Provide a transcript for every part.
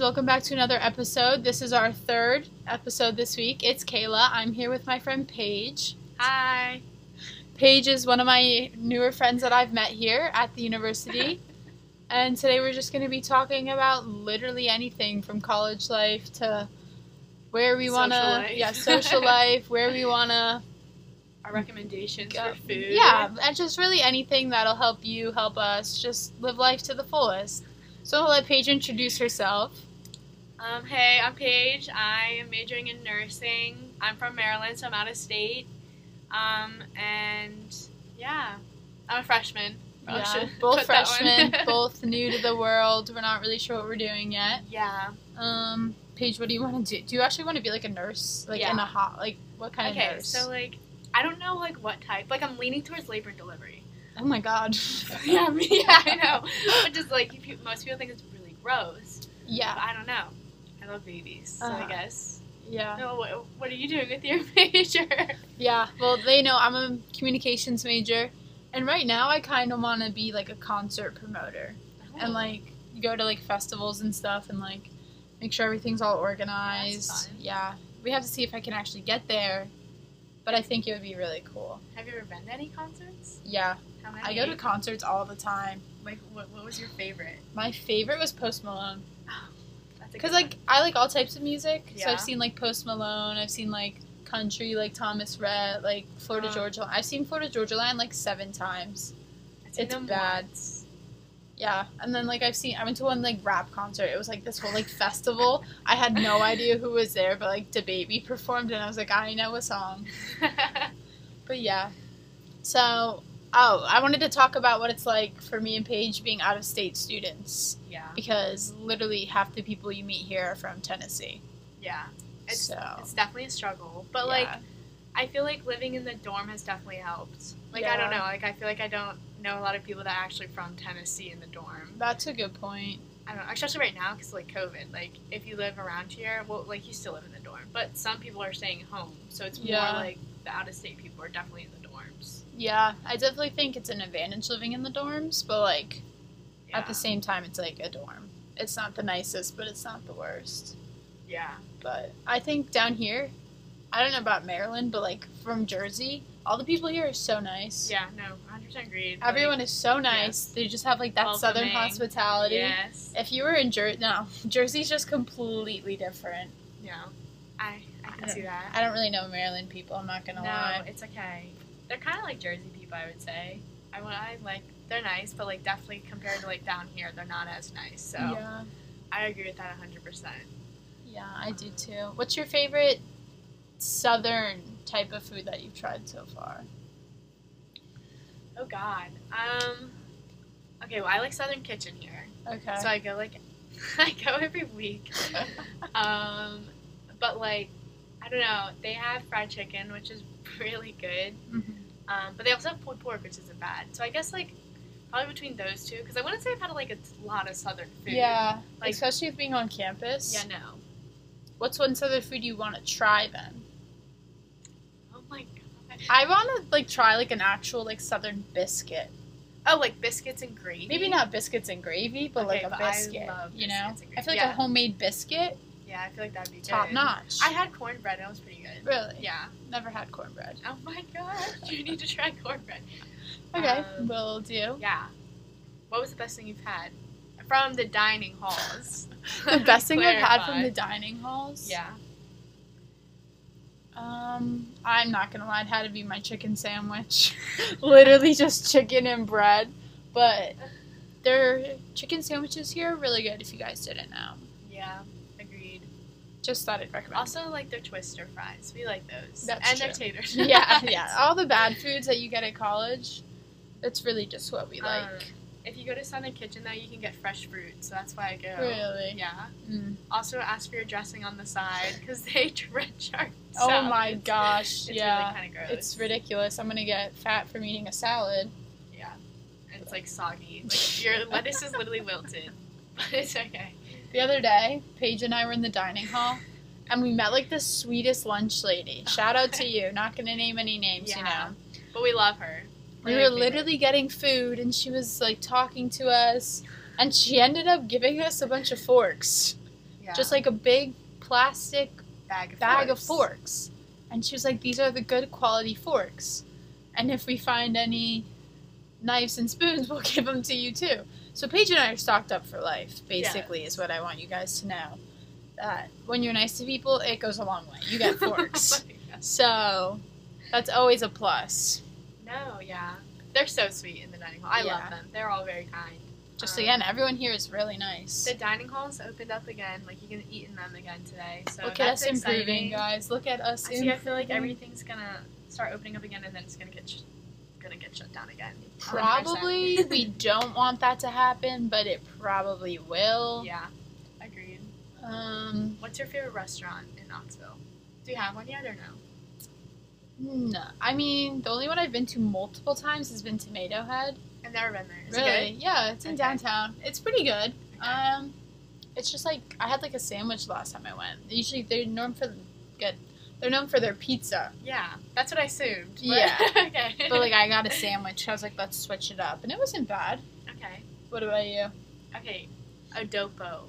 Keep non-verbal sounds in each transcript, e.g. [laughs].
welcome back to another episode. This is our third episode this week. It's Kayla. I'm here with my friend Paige. Hi. Paige is one of my newer friends that I've met here at the [laughs] university. and today we're just going to be talking about literally anything from college life to where we want Social to life. yeah, [laughs] social life, where we want to Our recommendations Go- for food. Yeah, and just really anything that'll help you, help us, just live life to the fullest. So I'll let Paige introduce herself. Um, hey, I'm Paige. I am majoring in nursing. I'm from Maryland, so I'm out of state. Um, and yeah, I'm a freshman. Probably Yeah, should both put that one. [laughs] freshmen, both new to the world. We're not really sure what we're doing yet. Yeah. Um, Paige, what do you want to do? Do you actually want to be like a nurse, like in Yeah. a hot, like what kind okay, of nurse? so like, I don't know like what type. Like, I'm leaning towards labor [laughs] and delivery. [laughs] oh my god. yeah, me- yeah, I know. [laughs] But just like if you- most people think it's really gross. But Yeah, I don't know. I love babies, so Uh-huh. I guess. yeah, No, what, what are you doing with your [laughs] major? yeah. Well, they know I'm a communications major, and right now I kind of want to be like a concert promoter. Oh. and like you go to like festivals and stuff and like make sure everything's all organized. fun. Yeah, we have to see if I can actually get there, but I think it would be really cool. have you ever been to any concerts? Yeah, How many? I go to concerts all the time. like what, what was your favorite? My favorite was Post Malone That's a because good like I like all types of music. So Yeah. I've seen like Post Malone. I've seen like country, like Thomas Rhett, like Florida Uh. Georgia. I've seen Florida Georgia Line like seven times. one. [laughs] I've seen it's them bad. once. Yeah, and then like I've seen, I went to one like rap concert. It was like this whole like festival. I had no [laughs] idea who was there, but like DaBaby performed, and I was like, I know a song. But yeah, so oh, I wanted to talk about what it's like for me and Paige being out of state students yeah, because literally half the people you meet here are from Tennessee. yeah. It's so it's definitely a struggle, but like yeah. I feel like living in the dorm has definitely helped. Like I don't Yeah. know, like I feel like I don't know a lot of people that are actually from Tennessee in the dorm. that's a good point. I don't know, especially right now because like COVID. Like if you live around here, well, like you still live in the dorm, but some people are staying home, so it's Yeah. more like the out of state people are definitely in the dorms. Yeah, I definitely think it's an advantage living in the dorms, but like at Yeah. the same time, it's like a dorm. It's not the nicest, but it's not the worst. Yeah. But I think down here, I don't know about Maryland, but like from Jersey, all the people here are so nice. Yeah, no, 100% agreed. Like, Everyone is so nice. They just have like that southern Welcoming. hospitality. Yes. If you were in Jersey, no, [laughs] Jersey's just completely different. Yeah. I, I can see that. I don't really know Maryland people. I'm not gonna No, lie. it's okay. They're kind of like Jersey people, I would say. I, would- I like, they're nice, but like definitely compared to like down here, they're not as nice. So Yeah, I agree with that 100%. yeah, I do too. What's your favorite southern type of food that you've tried so far? Oh, God. Um, okay, well, I like Southern Kitchen here. Okay. So I go like, [laughs] I go every week. um, but like, I don't know, they have fried chicken, which is [laughs] really good. Mhm. Um, but they also have pulled pork, which isn't bad. So I guess like probably between those two, because I wouldn't say I've had like a t- lot of southern food. Yeah, Like- especially with being on campus. Yeah. No. What's one southern food you want to try then? Oh my god. I want to like try like an actual like southern biscuit. Oh, like biscuits and gravy. Maybe not biscuits and gravy, but Okay, like a but I biscuit. love you know, biscuits and I feel like gravy. a Yeah. homemade biscuit, Yeah, I feel like that'd be top good. notch. I had cornbread and it was pretty good. really, Yeah. never had cornbread. Oh my gosh, [laughs] you need to try cornbread. Okay, Um, will do. Yeah. What was the best thing you've had from the dining halls? [laughs] The [laughs] best thing I've had from Clarify. the dining halls. Yeah. Um, I'm not gonna lie, it had to be my chicken sandwich. [laughs] Literally just chicken and bread, but their chicken sandwiches here are really good. If you guys didn't know, Yeah. Agreed. just thought I'd recommend. Also, like their twister fries. We like those. That's and their true. [laughs] taters. yeah, [laughs] yeah. All the bad foods that you get at college, it's really just what we like. Um, if you go to Southern Kitchen, though, you can get fresh fruit, so that's why I go. really. Yeah. Mm. Also, ask for your dressing on the side because they [laughs] drench our. Oh salad. my gosh. It's yeah. really kind of gross. it's ridiculous. I'm gonna get fat from eating a salad. Yeah, and it's like soggy. Like your lettuce is literally wilted, [laughs] but it's okay. The other day, Paige and I were in the dining hall, and we met like the sweetest lunch lady. Shout out to you. Not gonna name any names, you Yeah. know. But we love her. We We're were her favorite. literally getting food, and she was like talking to us, and she ended up giving us a bunch of forks. Yeah. just like a big plastic bag of bag of forks. [laughs] forks. And she was like, These are the good quality forks. And if we find any knives and spoons, [laughs] we'll give them to you too. So Paige and I are stocked up for life, basically, is what I want you guys to know. That when you're nice to people, it goes a long way. You get [laughs] Oh forks. so that's always a plus. no, yeah. They're so sweet in the dining hall. I Yeah. love them. They're all very kind. Just Um, again, everyone here is really nice. The dining hall's opened up again. Like you can eat in them again today. So Look at that's us improving, exciting. guys. Look at us I see. I improving. feel like everything's gonna start opening up again, and then it's gonna get sh- gonna get shut down again. 100%. Probably [laughs] [laughs] we don't want that to happen, but it probably will. yeah. Agreed. Um, What's your favorite restaurant in Knoxville? Do you have one yet or no? no. I mean, the only one I've been to multiple times has been Tomato Head. I've never been there. Is really? it Yeah, it's in Okay. downtown. It's pretty good. good? Okay. Um, it's just like I had like a sandwich last time I went. Usually they're known for good. They're known for their pizza, yeah, that's what I assumed. but- Yeah. [laughs] okay. but like I got a sandwich. I was like, let's switch it up, and it wasn't bad. okay. What about you? Okay. Adopo.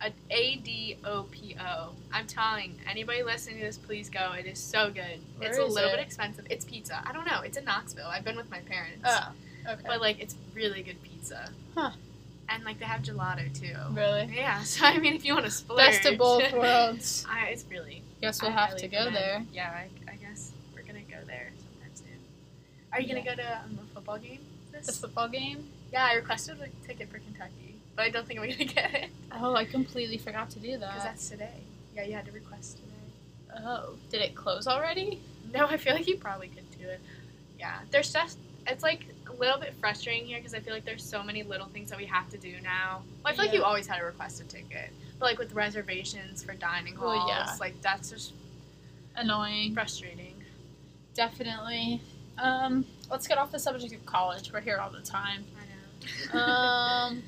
A- A-D-O-P-O. I'm telling anybody listening to this, please go. It is so good. Where it's a is little it? bit expensive. It's pizza. I don't know. It's in Knoxville. I've been with my parents. Oh, okay. But like it's really good pizza. Huh. And like they have gelato too. really? Yeah, [laughs] so I mean if you want to splurge. Best of [laughs] both worlds. I, it's really Guess we'll I have highly to go recommend. there. Yeah, I, I guess we're gonna go there sometime soon. Are you gonna go to um, a football game? The This? football game. Yeah, I requested a ticket for Kentucky, but I don't think we're gonna [laughs] get it Oh, I completely forgot to do because that. that's today. Yeah, you had to request today. Oh, did it close already? [laughs] No, I feel like you probably could do it. Yeah, there's just it's like a little bit frustrating here because I feel like there's so many little things that we have to do now. Well, I feel like Yeah. you always had to request a ticket, but like with reservations for dining Well, halls, yeah. like that's just Annoying. frustrating. Definitely. Um, let's get off the subject of college. We're here all the [laughs] time. I know. Um,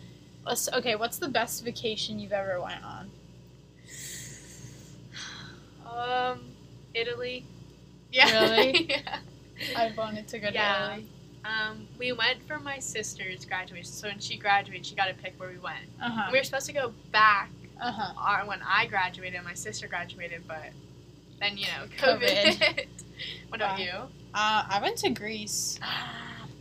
let's, okay, what's the best vacation you've ever went on? [laughs] Um, Italy. Yeah. Really? [laughs] yeah. I wanted to go to yeah. Italy. Um, we went for my sister's graduation. So when she graduated, she got to pick where we went. Uh huh. We were supposed to go back Uh huh. uh, when I graduated and my sister graduated, but then, you know, COVID. [laughs] what about Wow. you? Uh, I went to Greece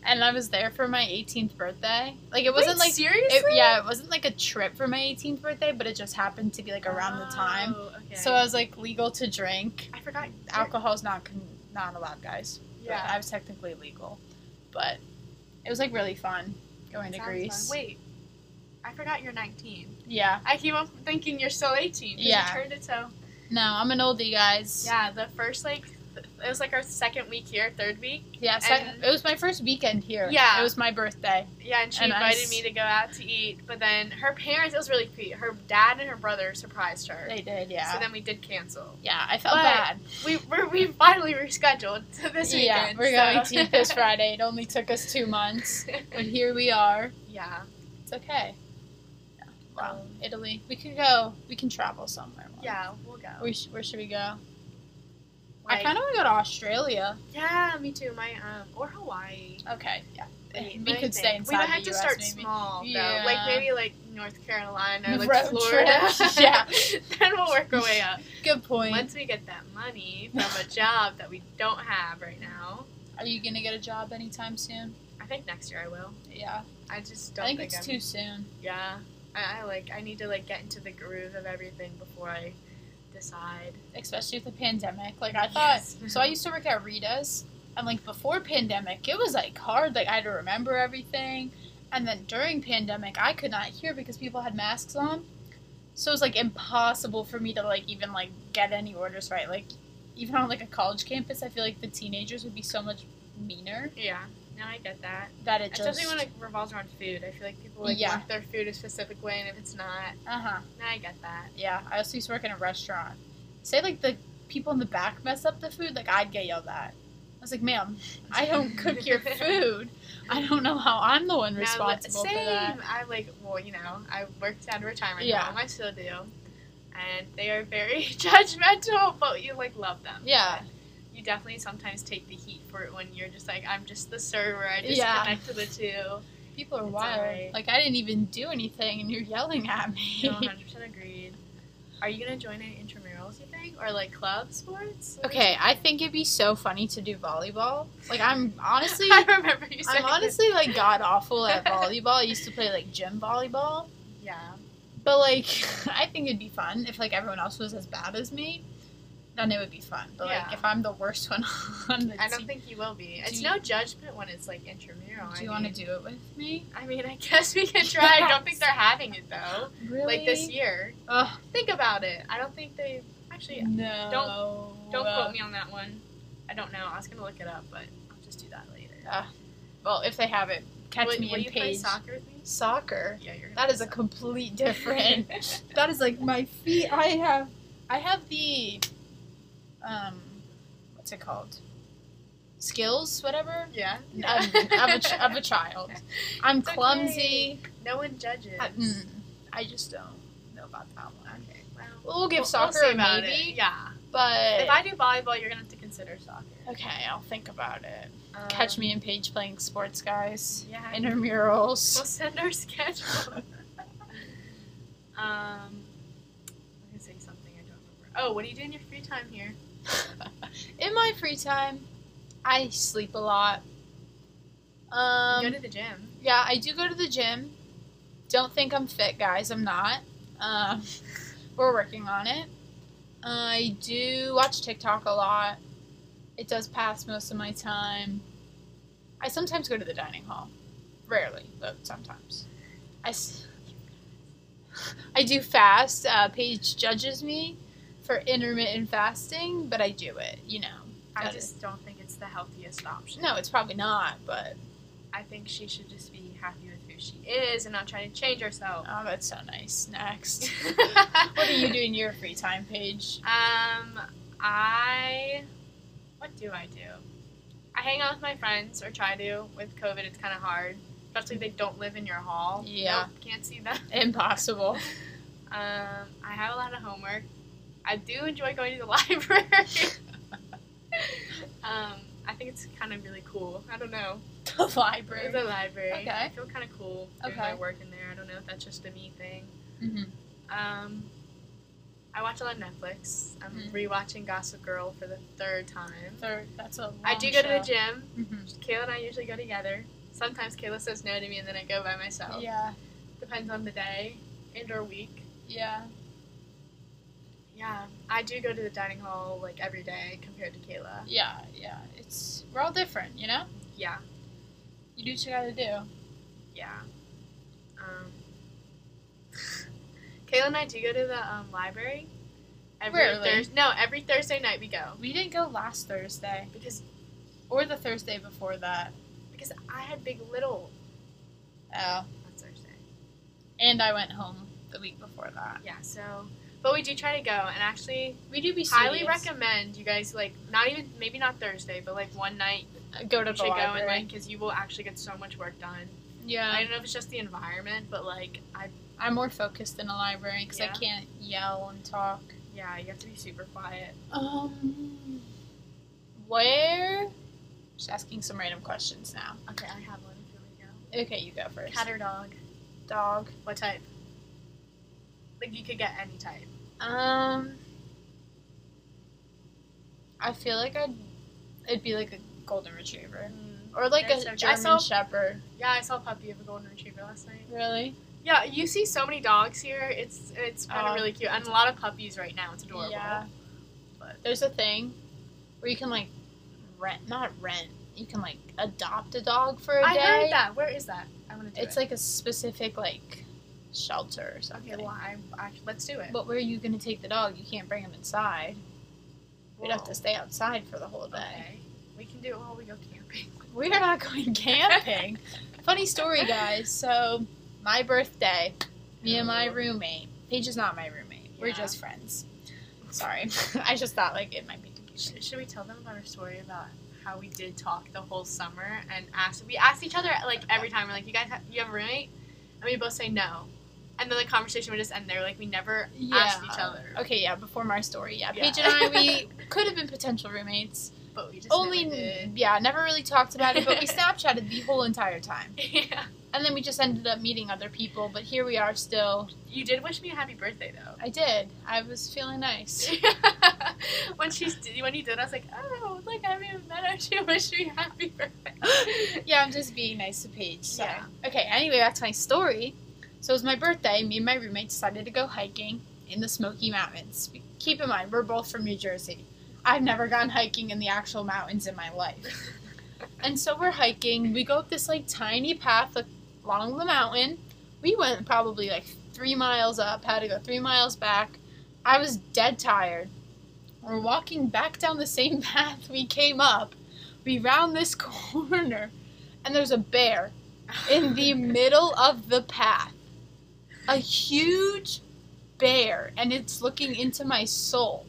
and I was there for my 18th birthday. Like it wasn't Wait, like seriously? it, yeah, it wasn't like a trip for my 18th birthday, but it just happened to be like around the time. Oh, okay. So uh, I was like legal to drink. I forgot. alcohol's not con- not allowed, guys. Yeah, Yeah. I was technically legal, but it was like really fun going to Sounds fun. Greece. Wait. I forgot you're 19. Yeah, I keep on thinking you're still 18. 'cause Yeah. You turned it so no, I'm an oldie, guys. Yeah, the first like th- it was like our second week here, third week. yeah. So And- it was my first weekend here. Yeah. it was my birthday. Yeah, and she And I invited s- me to go out to eat, but then her parents it was really cute. Her dad and her brother surprised her. They did, yeah. So then we did cancel. yeah, I felt But- bad. We we're, we finally rescheduled to this yeah, weekend. we're going to eat [laughs] this Friday. It only took us two months, but here we are. yeah, It's okay. Yeah. Wow, Um, Italy. We could go. We can travel somewhere. more. yeah, we'll go. We sh- where should we go? I Like- kind of want to go to Australia. yeah, me too. My um or Hawaii. Okay. Yeah. Wait, we let me could think. stay We inside might the have to US start maybe. small though, Yeah. like maybe like North Carolina, or, like Road Florida. [laughs] trip. [laughs] Yeah. then we'll work our way up. Good point. Once we get that money from a job that we don't have right now, Are you gonna get a job anytime soon? I think next year I will. Yeah, I just don't I think, think, it's I'm, too soon. Yeah, I, I like I need to like get into the groove of everything before I decide. especially with the pandemic. Like I thought, Yes. so I used to work at Rita's, and like before pandemic, it was like hard. Like I had to remember everything, and then during pandemic, I could not hear because people had masks on, so it was like impossible for me to like even like get any orders right. Like even on like a college campus, I feel like the teenagers would be so much meaner yeah, no, I get that. that it just Especially when it revolves around food, I feel like people like Yeah. want their food a specific way, and if it's not, uh huh. no, I get that. Yeah, I also used to work in a restaurant. Say like the people in the back mess up the food, like I'd get yelled at. I was like, ma'am, I [laughs] don't cook your food. I don't know how I'm the one Now, responsible same. for that. I like, well, you know, I worked at a retirement Yeah. home. I still do, and they are very [laughs] judgmental, but you like love them. Yeah. You definitely sometimes take the heat for it when you're just like, I'm just the server. I just Yeah. connect to the two. People are It's wild. [laughs] alright. Like I didn't even do anything and you're yelling at me. No, 100 agreed. Are you gonna join any intramurals? You think, or like club sports? What do you Okay, I think it'd be so funny to do volleyball. Like [laughs] I'm honestly, [laughs] I remember you saying. I'm honestly like god awful at volleyball. I used to play like gym volleyball, Yeah. but like [laughs] I think it'd be fun if like everyone else was as bad as me. Then it would be fun. But Yeah. like if I'm the worst [laughs] one on the I don't team, think you will be. It's you- no judgment when it's like intramural. do you I mean, want to do it with me? I mean, I guess we can try. I don't think they're having it though. Really? Like this year. Ugh, Think about it. I don't think they actually. no. Don't quote me on that one. I don't know. I was gonna look it up, but I'll just do that later. Well, if they have it, catch will, me will in you play page. soccer with me? soccer. Yeah, you're. That is a [laughs] complete different. that is like my feet. I have, I have the, um, what's it called? Skills, whatever. [laughs] yeah. Um, [laughs] of, a ch- [laughs] of a child. I'm It's okay. clumsy. no one judges. I, mm, I just don't know about that one. Okay. Well, We'll, we'll give we'll soccer see a about maybe, Eh. It. Yeah. but If I do volleyball, you're gonna have to consider soccer. okay, I'll think about it. Um, Catch me and Paige playing sports, guys. Yeah. [laughs] We'll Intramurals. send our [laughs] schedule. um, I'm gonna say something I don't remember. Oh, what do you do in your free time here? In my free time, I sleep a lot. you Um, go to the gym. yeah, I do go to the gym. Don't think I'm fit, guys. I'm not. Um, [laughs] we're working on it. I do watch TikTok a lot. It does pass most of my time. I sometimes go to the dining hall. Rarely, but sometimes. I, s- I do fast. Uh, Paige judges me for intermittent fasting, but I do it, you know. I Gotta- just don't think it's the healthiest option. No, it's probably not, but I think she should just be happy with who she is and not trying to change herself. oh, that's so nice. Next. what Oh. [laughs] what do you do in your free time, Paige? Um, I. What do I do? I hang out with my friends or try to. With COVID, it's kind of hard, especially if they don't live in your hall. Yeah. Nope, can't see them. Impossible. [laughs] Um, I have a lot of homework. I do enjoy going to the [laughs] library. um, I think it's kind of really cool. I don't know. the It's library. a library. Okay. I feel kind of cool doing my Okay. work in there. I don't know if that's just a me thing. hmm Um, I watch a lot of Netflix. I'm Mhm. rewatching Gossip Girl for the third time. Third, that's a. Mm-hmm. I do go to the gym. the gym. Kayla and I usually go together. Sometimes Kayla says no to me and then I go by myself. Yeah, Depends on the day and or week. yeah. Yeah, I do go to the dining hall like every day compared to Kayla. Yeah, yeah. It's we're all different, you know. Yeah, You do what you gotta do. yeah. Um, [laughs] Kayla and I do go to the um, library every Rarely. Thursday. No, every Thursday night we go We didn't go last Thursday because or the Thursday before that. because I had Big Little Oh, on Thursday. and I went home the week before that. Yeah, so but we do try to go and actually We do be highly serious. recommend you guys like not even maybe not Thursday but like one night go to you the should go and library. like because you will actually get so much work done. yeah, I don't know if it's just the environment, but like I I'm more focused in a library because Yeah. I can't yell and talk. yeah you have to be super quiet. Um, where? Just asking some random questions now. Okay, I have one if you want to go. Okay, you go first. Cat or dog? dog. What type? Like you could get any type. Um, I feel like I'd it'd be like a golden retriever or like They're a so- I German saw- shepherd. Yeah, I saw a puppy of a golden retriever last night. Really? Yeah, you see so many dogs here. It's it's kind of Oh. really cute and a lot of puppies right now. It's adorable. Yeah. But There's a thing where you can like rent, not rent. You can like adopt a dog for a I day. heard that. Where is that? I want to do It's it. like a specific like shelter or something. okay. Well, I, I let's do it. But where are you gonna take the dog? You can't bring him inside. We'd have to stay outside for the whole day. Okay. We can do it while we go camping. [laughs] We're not going [laughs] camping. Funny story, guys. So, my birthday, me and my Ew. roommate. Paige is not my roommate. We're Oh. Yeah. just friends. Sorry. [laughs] I just thought like it might be confusing. Should, should we tell them about our story about how we did talk the whole summer and asked? We asked each other like every time. We're like, "You guys, have, you have a roommate?" And we both say no, and then the conversation would just end there. Like we never asked each Yeah. other, Okay, yeah. Before my story, yeah. Yeah. [laughs] Paige and I, we could have been potential roommates. but we just Only, never did. yeah, never really talked about it. But we Snapchatted the whole entire time. [laughs] yeah. And then we just ended up meeting other people, but here we are still. You did wish me a happy birthday though. [laughs] I did. I was feeling nice. when she did, when you did, I was like, oh, like I haven't even met her. [laughs] She wished me happy birthday. [laughs] yeah, I'm just being nice to Paige. So. Yeah. Okay, anyway, back to my story. So it was my birthday. Me and my roommate decided to go hiking in the Smoky Mountains. Keep in mind, we're both from New Jersey. I've never gone hiking in the actual mountains in my life. and so we're hiking. We go up this like tiny path along the mountain. We went probably like three miles up, had to go three miles back. I was dead tired. We're walking back down the same [laughs] path we came up. We round this [laughs] corner, and there's a bear in the middle of the path. A huge bear, and it's looking into my soul.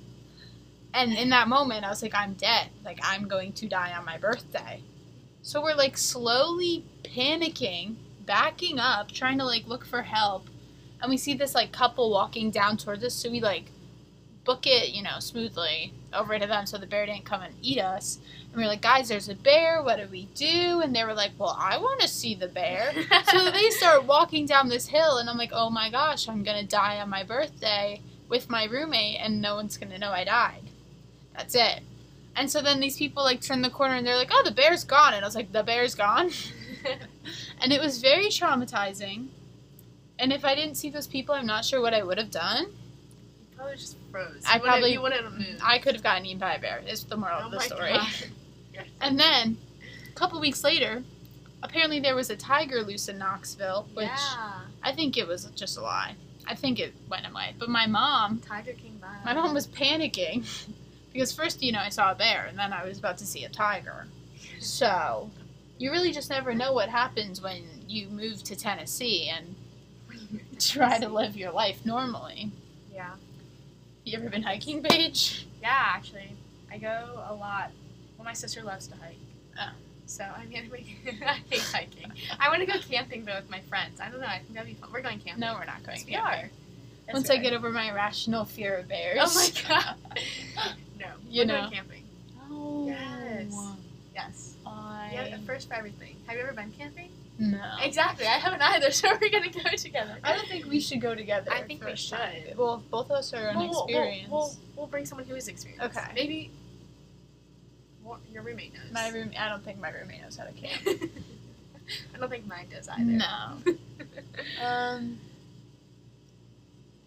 And in that moment, I was like, I'm dead. Like, I'm going to die on my birthday. So we're like slowly panicking, backing up, trying to like look for help. And we see this like couple walking down towards us. So we like book it, you know, smoothly over to them so the bear didn't come and eat us. And we were like, guys, there's a bear. What do we do? And they were like, well, I want to see the [laughs] bear. so they start walking down this hill, and I'm like, oh my gosh, I'm going to die on my birthday with my roommate, and no one's going to know I died. That's it. And so then these people like turn the corner and they're like, oh, the bear's gone. And I was like, the bear's gone? and it was very traumatizing. And if I didn't see those people, I'm not sure what I would have done. You probably just froze. I You wouldn't- probably- you wouldn't move. I could have gotten eaten by a bear, is the moral Mm-hmm. oh of the my story. God. [laughs] Yes. And then, a couple weeks later, apparently there was a tiger loose in Knoxville, which yeah, I think it was just a lie. I think it went away. But my mom, tiger came by. my mom was panicking [laughs] because first, you know, I saw a bear and then I was about to see a tiger. So, you really just never know what happens when you move to Tennessee and [laughs] try to live your life normally. Yeah, You ever been hiking, Paige? yeah. Actually, I go a lot. Well, my sister loves to hike. Oh. So I'm [laughs] gonna make. I hate hiking. I want to go camping though with my friends. I don't know. I think that'd be fun. We're going camping. No, we're not going Yes, to we are. Yes, Once we I are. get over my irrational fear of bears. [laughs] Oh my [laughs] god. no. You we're know. going camping. Oh. [laughs] Yes. Yes. I... Yeah, first for everything. Have you ever been camping? No. Exactly. I haven't either, [laughs] so we're gonna go together. I don't think we should go together. I think we first should. time. Well, if both of us are We'll- we'll- inexperienced. We'll, we'll, we'll bring someone who is experienced. Okay. Maybe more, your roommate knows. my room. I don't think my roommate knows how to camp. I don't think mine does either. no. [laughs] Um.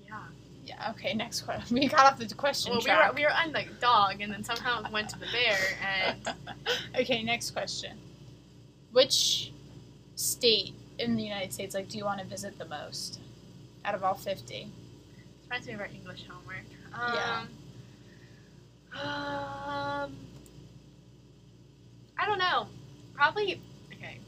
yeah. Yeah. Okay. Next question. [laughs] We got off the question Well, we were, track. we were on the dog, and then somehow it went to the bear, [laughs] and okay. Next question. Which state in the United States, like, do you want to visit the most? Out of all fifty. reminds me of our English homework. Yeah. Um, Um, I don't know. Probably okay.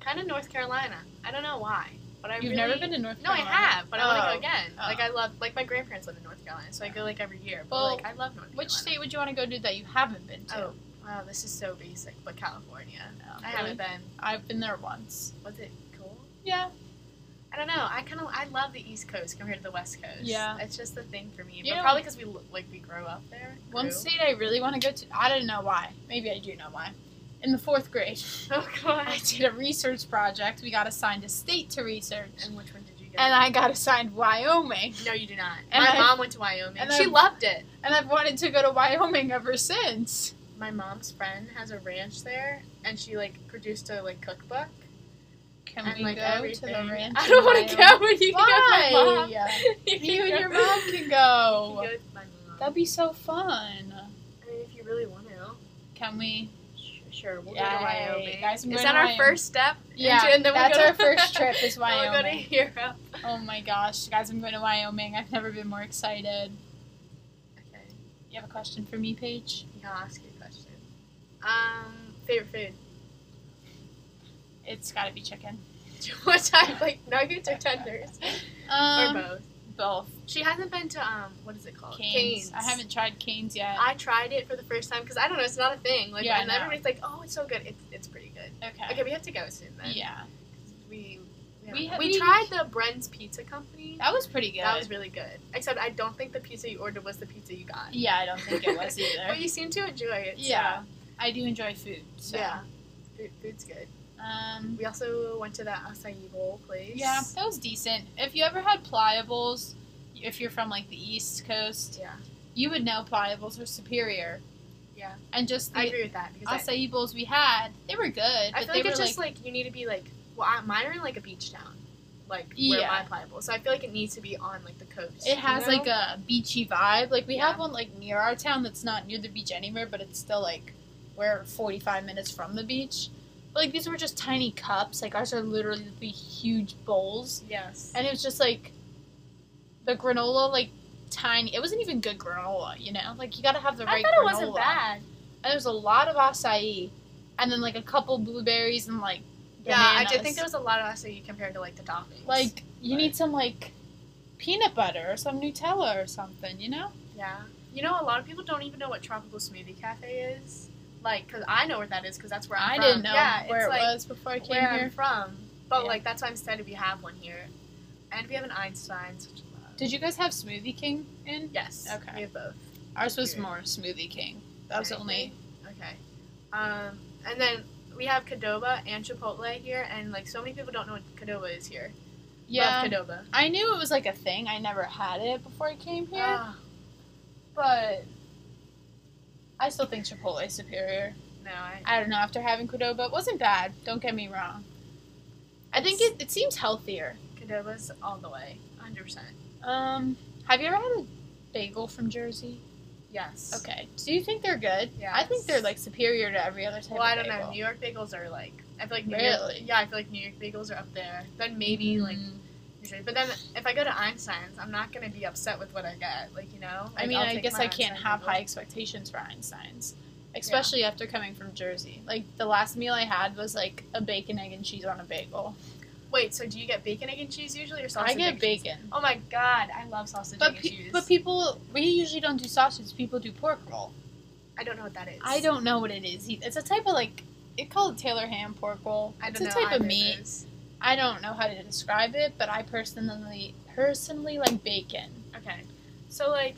Kind of North Carolina. I don't know why, but I You've really, never been to North No, I Carolina. have, but I want to Oh. go again. Oh. Like I love, like my grandparents live in North Carolina, so I go like every year. But Well, like I love North Carolina. Which state would you want to go to that you haven't been to? Oh, wow, this is so basic, but California. Oh, I haven't been. I've been there once. Was it cool? Yeah. I don't know. I kind of I love the East Coast compared to the West Coast. Yeah. it's just the thing for me. You but know- probably because we lo- like we grow up there. One Grew. state I really want to go to, I don't know why. Maybe I do know why. In the fourth grade, [laughs] [laughs] Oh god. I did a research project. We got assigned a state to research, And which one did you get? and I got assigned Wyoming. no, you do not. And my I- mom went to Wyoming. and she I- loved it. And I've wanted to go to Wyoming ever since. My mom's friend has a ranch there, and she like produced a like cookbook. Can and we like go everything. to the ranch? I don't want to go, but you Why? can go with my mom. [laughs] [laughs] You, You can and go- your mom can You can go. go with my mom. That'd be so fun. I mean, if you really want to. Can we? Sh- Sure, we'll Yay. go to Wyoming. Guys, I'm is going that to our Wyoming. first step? Yeah, into- and then we'll that's go to- Oh our [laughs] first trip is then We'll go to Wyoming. Europe. Oh my gosh, guys, I'm going to Wyoming. I've never been more excited. Okay, You have a question for me, Paige? yeah, I'll ask you a question. Um, favorite food? [laughs] It's got to be chicken. what type? Like nuggets or tenders Um, or both? both. She hasn't been to um, what is it called? Canes. I haven't tried canes yet. I tried it for the first time because I don't know. It's not a thing. Like, Yeah, I and know. everybody's like, "Oh, it's so good. It's it's pretty good." okay. Okay, we have to go soon then. Yeah, We we, We haven't- have- we we- tried the Bren's Pizza Company. that was pretty good. That was really good. Except I don't think the pizza you ordered was the pizza you got. yeah, I don't think it [laughs] was either. but you seem to enjoy it. so- yeah, I do enjoy food. So. Yeah. Food, food's good. Um, We also went to that acai bowl place. yeah, that was decent. If you ever had pliables, if you're from like the East Coast, Yeah. you would know pliables are superior. Yeah. And just I the agree with that because I- acai bowls we had, they were good, I, but feel they like were it's like just like, you need to be like well I, mine are in like a beach town, like where Yeah. my pliable. So I feel like it needs to be on like the coast. It has you know? like a beachy vibe. Like we Yeah. have one like near our town that's not near the beach anywhere, but it's still like we're 45 minutes from the beach. But like these were just tiny cups. Like ours are literally the huge bowls, yes. and it was just like the granola like tiny. It wasn't even good granola, you know. Like you got to have the I right. thought it wasn't granola. bad. And there was a lot of acai, and then like a couple blueberries and like Yeah, I did bananas. think there was a lot of acai compared to like the toppings. like you Right. need some like peanut butter or some Nutella or something, you know. yeah, you know, a lot of people don't even know what tropical smoothie cafe is. Like, cause I know where that is, cause that's where I'm I from. didn't know yeah, it's, where it like, was before I came where I'm here. from. But Yeah. like that's why I'm excited we have one here, and we have an Einstein's. Which I love. Did you guys have Smoothie King in? yes. Okay. We have both. Ours was Weird. more Smoothie King. That was the only. Okay. Um, and then we have Cadoba and Chipotle here, and like so many people don't know what Cadoba is here. Yeah, Love Cadoba. I knew it was like a thing. I never had it before I came here, Ah, but I still think Chipotle is superior. no, I, I don't know. After having Qdoba, it wasn't bad. Don't get me wrong. I think it, it seems healthier. Cadoba's all the way, hundred percent. Um, have you ever had a bagel from Jersey? Yes. Okay. Do you think they're good? Yeah. I think they're like superior to every other type. Well, of I don't bagel. know. New York bagels are like I feel like New Really? York, yeah, I feel like New York bagels are up there. Then maybe like Mm. New Jersey. But then if I go to Einstein's, I'm not gonna be upset with what I get. Like you know. I Like, mean, I'll I take guess my I can't Einstein have bagel. high expectations for Einstein's, especially after coming from Jersey. Like the last meal I had was like a bacon, egg, and cheese on a bagel. Wait, so do you get bacon, egg, and cheese usually, or sausage? I get egg, cheese? bacon, Oh my god, I love sausage, but egg, and pe- cheese. but people we usually don't do sausage. People do pork roll. I don't know what that is. I don't know what it is. e- It's a type of like it called Taylor ham pork roll. I it's don't a know type of either meat. those. I don't know how to describe it, but I personally personally like bacon. Okay. So like,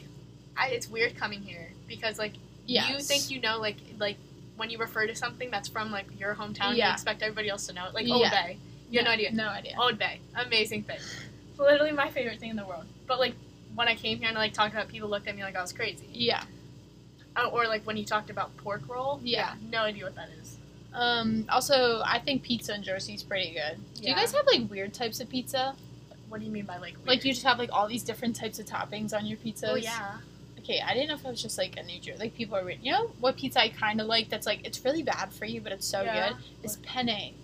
I, it's weird coming here because like Yeah, you think you know like like when you refer to something that's from like your hometown, you Yeah. expect everybody else to know it. Like Yeah. Old Bay, you have no idea. No idea. Old Bay, amazing thing, It's literally my favorite thing in the world. But like when I came here and I like talked about, it, people looked at me like I was crazy. Yeah. Oh, or like when you talked about pork roll, Yeah. no idea what that is. Um, also, I think pizza in Jersey is pretty good. Do you Yeah. guys have like weird types of pizza? What do you mean by like? Weird? Like you just have like all these different types of toppings on your pizzas. Oh yeah. Okay, I didn't know if it was just like a New Jersey. Like people are weird. You know what pizza I kind of like? That's like it's really bad for you, but it's so Yeah. good. Is penne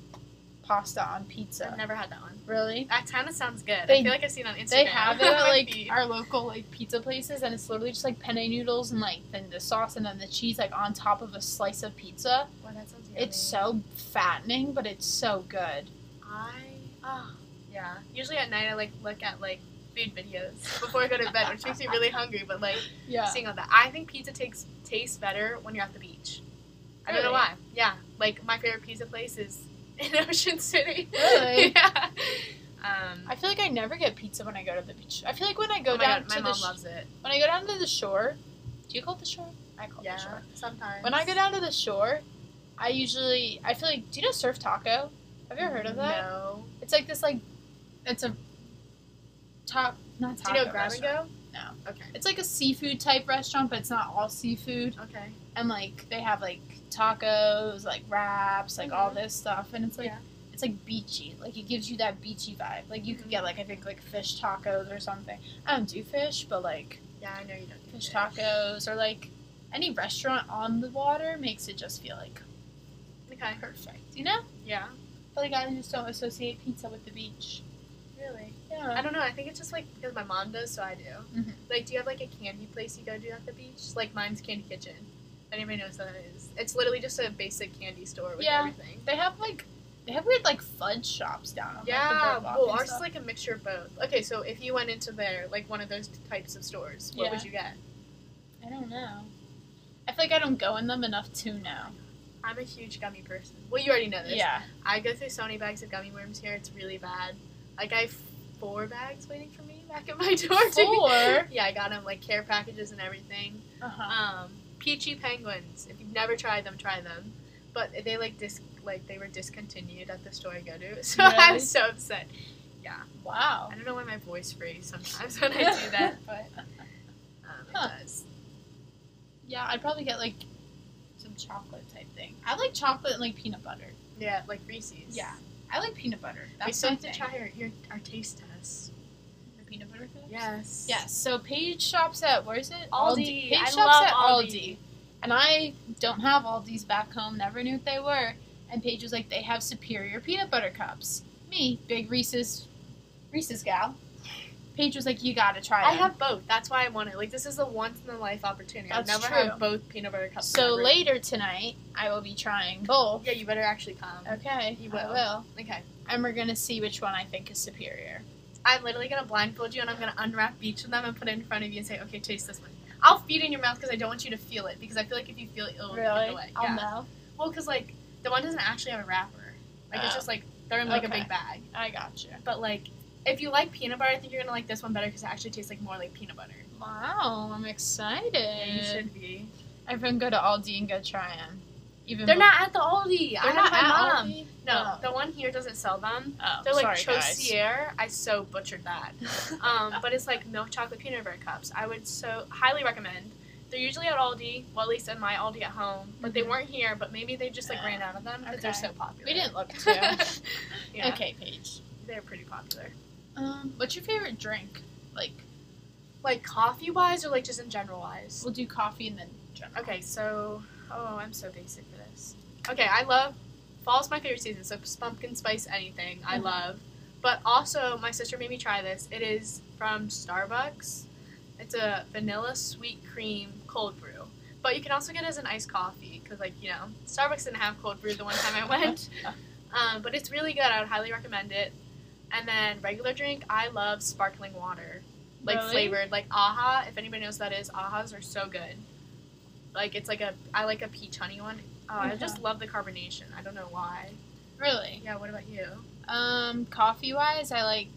pasta on pizza? I've never had that one. Really? That kind of sounds good. They- I feel like I've seen it on Instagram. They [laughs] have it at Might like be. our local like pizza places, and it's literally just like penne noodles and like then the sauce and then the cheese like on top of a slice of pizza. Wow, that sounds It's so fattening, but it's so good. I oh yeah. Usually at night I like look at like food videos before I go to bed, which makes me really hungry. But like Yeah. seeing all that, I think pizza takes tastes better when you're at the beach. I don't know Really? why. Yeah, like my favorite pizza place is [laughs] in Ocean City. Really? [laughs] yeah. Um, I feel like I never get pizza when I go to the beach. I feel like when I go oh my down god, my to mom the sh- loves it. when I go down to the shore, do you call it the shore? I call it Yeah, the shore. sometimes When I go down to the shore, I usually I feel like do you know surf taco? Have you ever heard of that? No. It's like this like it's a top not Do taco. you know grab and restaurant. go? No. Okay. It's like a seafood type restaurant, but it's not all seafood. Okay. And like they have like tacos, like wraps, like all Mhm. this stuff, and it's like Yeah. it's like beachy. Like it gives you that beachy vibe. Like you could Mhm. get like I think like fish tacos or something. I don't do fish, but like Yeah, I know you don't. do fish that. tacos or like any restaurant on the water makes it just feel like Okay. perfect, you know? Yeah. But like I just don't associate pizza with the beach. Really. I Yeah. don't know. I think it's just like because my mom does, so I do. Mhm. Like, do you have like a candy place you go to at the beach? Like mine's Candy Kitchen. If anybody knows what that is, it's literally just a basic candy store with Yeah. everything. They have like they have weird like fudge shops down. on, Yeah, Like, the boardwalk well, and ours is stuff. like a mixture of both. Okay, so if you went into there, like one of those types of stores, what would Yeah. you get? I don't know. I feel like I don't go in them enough to know. I'm a huge gummy person. Well, you already know this. Yeah. [laughs] I go through so many bags of gummy worms here. It's really bad. Like I have four bags waiting for me back at my door. to- Four? [laughs] yeah, I got them like care packages and everything. Uh huh. Um, peachy penguins. If you've never tried them, try them. but they like dis like they were discontinued at the store I go to. [laughs] So Really? I was so upset. Yeah, Wow. I don't know why my voice frees sometimes when I [laughs] do that, but um, it Huh. does. Yeah, I'd probably get like some chocolate type thing. I like chocolate and like peanut butter. Yeah, like Reese's. Yeah. I like peanut butter. That's we still my have to thing. try your, your our taste test. The peanut butter cups? Yes. Yes. So Paige shops at where is it? Aldi. Paige I shops love at Aldi. And I don't have Aldi's back home. Never knew what they were. And Paige was like, they have superior peanut butter cups. Me, big Reese's, Reese's gal. Paige was like, you gotta try I them. have both. That's why I want it. Like this is a once in a life opportunity. I've That's never true. had both peanut butter cups. so ever. later tonight, I will be trying both. Yeah, you better actually come. Okay, You I will. will. Okay. And we're gonna see which one I think is superior. I'm literally gonna blindfold you and I'm gonna unwrap each of them and put it in front of you and say, okay, taste this one. I'll feed it in your mouth because I don't want you to feel it because I feel like if you feel it, it'll get away. I'll yeah. know. Well, because like the one doesn't actually have a wrapper. Like it's Oh. just like they're in like Okay. a big bag. I got you. But like if you like peanut butter, I think you're gonna like this one better because it actually tastes like more like peanut butter. Wow, I'm excited. Yeah, you should be. Everyone go to Aldi and go try them. Even They're bef- not at the Aldi. I They're had not my at mom. Aldi? No, Oh. the one here doesn't sell them. Oh, They're like sorry, guys. Chaussier. I so butchered that. [laughs] Um, but it's like milk chocolate peanut butter cups. I would so highly recommend. They're usually at Aldi, well at least at my Aldi at home, but they Mhm. weren't here. But maybe they just like ran out of them because they're Okay. so popular. we didn't look [laughs] too. yeah, Okay, Paige. they're pretty popular. Um, what's your favorite drink? Like, Like coffee wise, or like just in general wise. we'll do coffee and then general. Okay, so oh, I'm so basic for this. Okay, I love fall's my favorite season, so s- pumpkin spice anything I Mhm. love. But also, my sister made me try this. It is from Starbucks. It's a vanilla sweet cream cold brew. But you can also get it as an iced coffee because, like you know, Starbucks didn't have cold brew the one time I went. um, but it's really good. I would highly recommend it. And then regular drink, I love sparkling water like Really? flavored, like aha. If anybody knows what that is, ahas are so good. Like it's like a I like a peach honey one. Oh, I just love the carbonation. I don't know why. Really? Yeah, what about you? Um, coffee wise, I like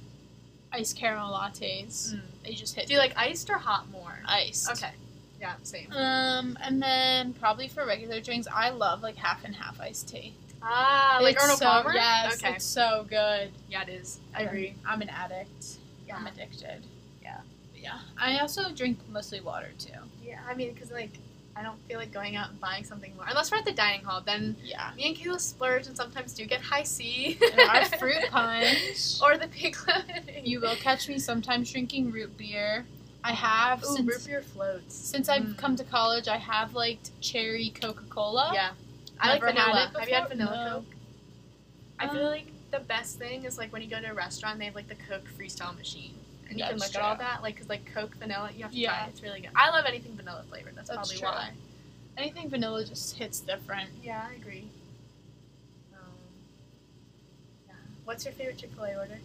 iced caramel lattes. They just hit Mm. Do you like iced or hot more? ice. Okay. Yeah, same. Um, and then probably for regular drinks, I love like half and half iced tea. Ah, like it's Arnold so, Palmer. Yes, Okay. it's so good. Yeah, it is. I agree. Um, I'm an addict. Yeah. I'm addicted. Yeah. Yeah. I also drink mostly water too. Yeah, I mean, because like I don't feel like going out and buying something more unless we're at the dining hall. Then Yeah. me and Kayla splurge and sometimes do get high C. And our fruit punch. [laughs] or the pig lemonade. You will catch me sometimes drinking root beer. I have Ooh, since root beer floats. since I've Mm. come to college. I have liked cherry Coca Cola. Yeah. I like Never had vanilla. it Have you had before? vanilla No. Coke? I feel Um, like the best thing is like when you go to a restaurant, they have like the Coke freestyle machine, and you can That's look at all true. that. Like, cause like Coke vanilla, you have to Yeah. try it. It's really good. I love anything vanilla flavored. That's, That's probably true. why. Anything vanilla just hits different. Yeah, I agree. Um, yeah. What's your favorite Chick Fil A [laughs] order?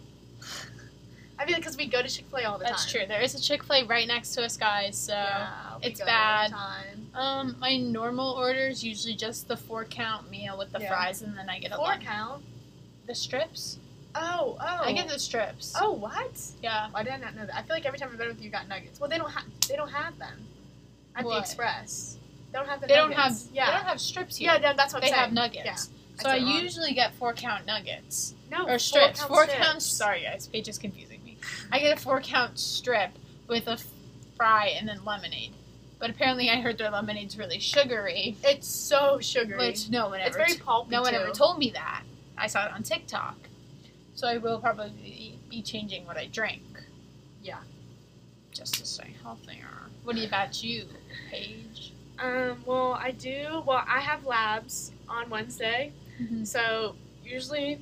I feel like because we go to Chick Fil A all the That's time. true. There is a Chick Fil A right next to us, guys. So. Yeah, we it's go all the bad. time. Um, my normal order is usually just the four count meal with the Yeah. fries, and then I get a Four lunch. count. The strips? Oh, oh. I get the strips. Oh, what? Yeah. Why did I not know that? I feel like every time I've been with you, you got nuggets. Well, they don't have they don't have them at What? the Express. They don't have the. They don't nuggets. have. Yeah. They don't have strips here. yeah, no, that's what they I'm saying. have nuggets. Yeah. So I said it wrong. usually get four count nuggets no or strips. Four, Four, count count. strips. Sorry, guys. Paige is confusing me. I get a four count strip with a f- fry and then lemonade. But apparently, I heard their lemonade's really sugary, It's so sugary. which no one ever. it's very t- pulpy. no one too. ever told me that. I saw it on TikTok. So I will probably be changing what I drink. Yeah. Just to stay healthier. What about you, Paige? Um. Well, I do. Well, I have labs on Wednesday, Mm-hmm. so usually,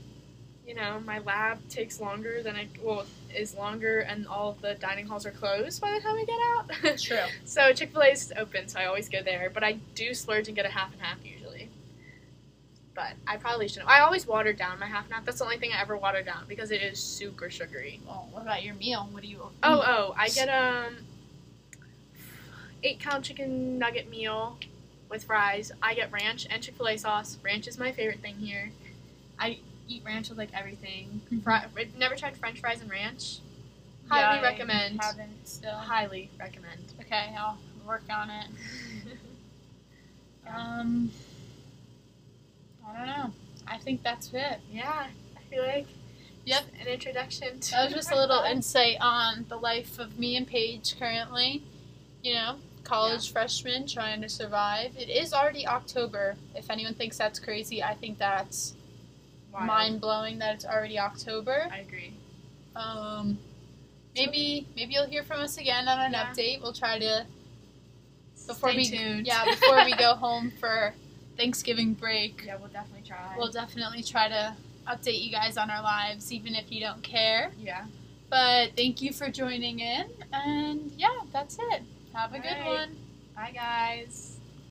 you know, my lab takes longer than I well is longer, and all of the dining halls are closed by the time I get out. [laughs] True. So Chick Fil A is open, so I always go there. But I do splurge and get a half and half usually. But I probably shouldn't. I always water down my half and half. That's the only thing I ever water down because it is super sugary. Well, what about your meal? What do you? Oh oh, I get um eight count chicken nugget meal with fries. I get ranch and Chick Fil A sauce. Ranch is my favorite thing here. I eat ranch with like everything. Fri- I've never tried French fries and ranch. Highly Yeah, I recommend. haven't still. Highly recommend. [laughs] Okay, I'll work on it. Um, I don't know. I think that's it. Yeah, I feel like. Yep. An introduction. To That was just a little insight on the life of me and Paige currently. You know, college freshmen trying to survive. It is already October. If anyone thinks that's crazy, I think that's Wild. mind blowing that it's already October. I agree. Um, maybe maybe you'll hear from us again on an Yeah. update. We'll try to before Stay we tuned. yeah before [laughs] we go home for Thanksgiving break. Yeah, we'll definitely try. We'll definitely try to update you guys on our lives, even if you don't care. yeah. But thank you for joining in. And yeah, that's it. Have a good Alright. one. Bye, guys.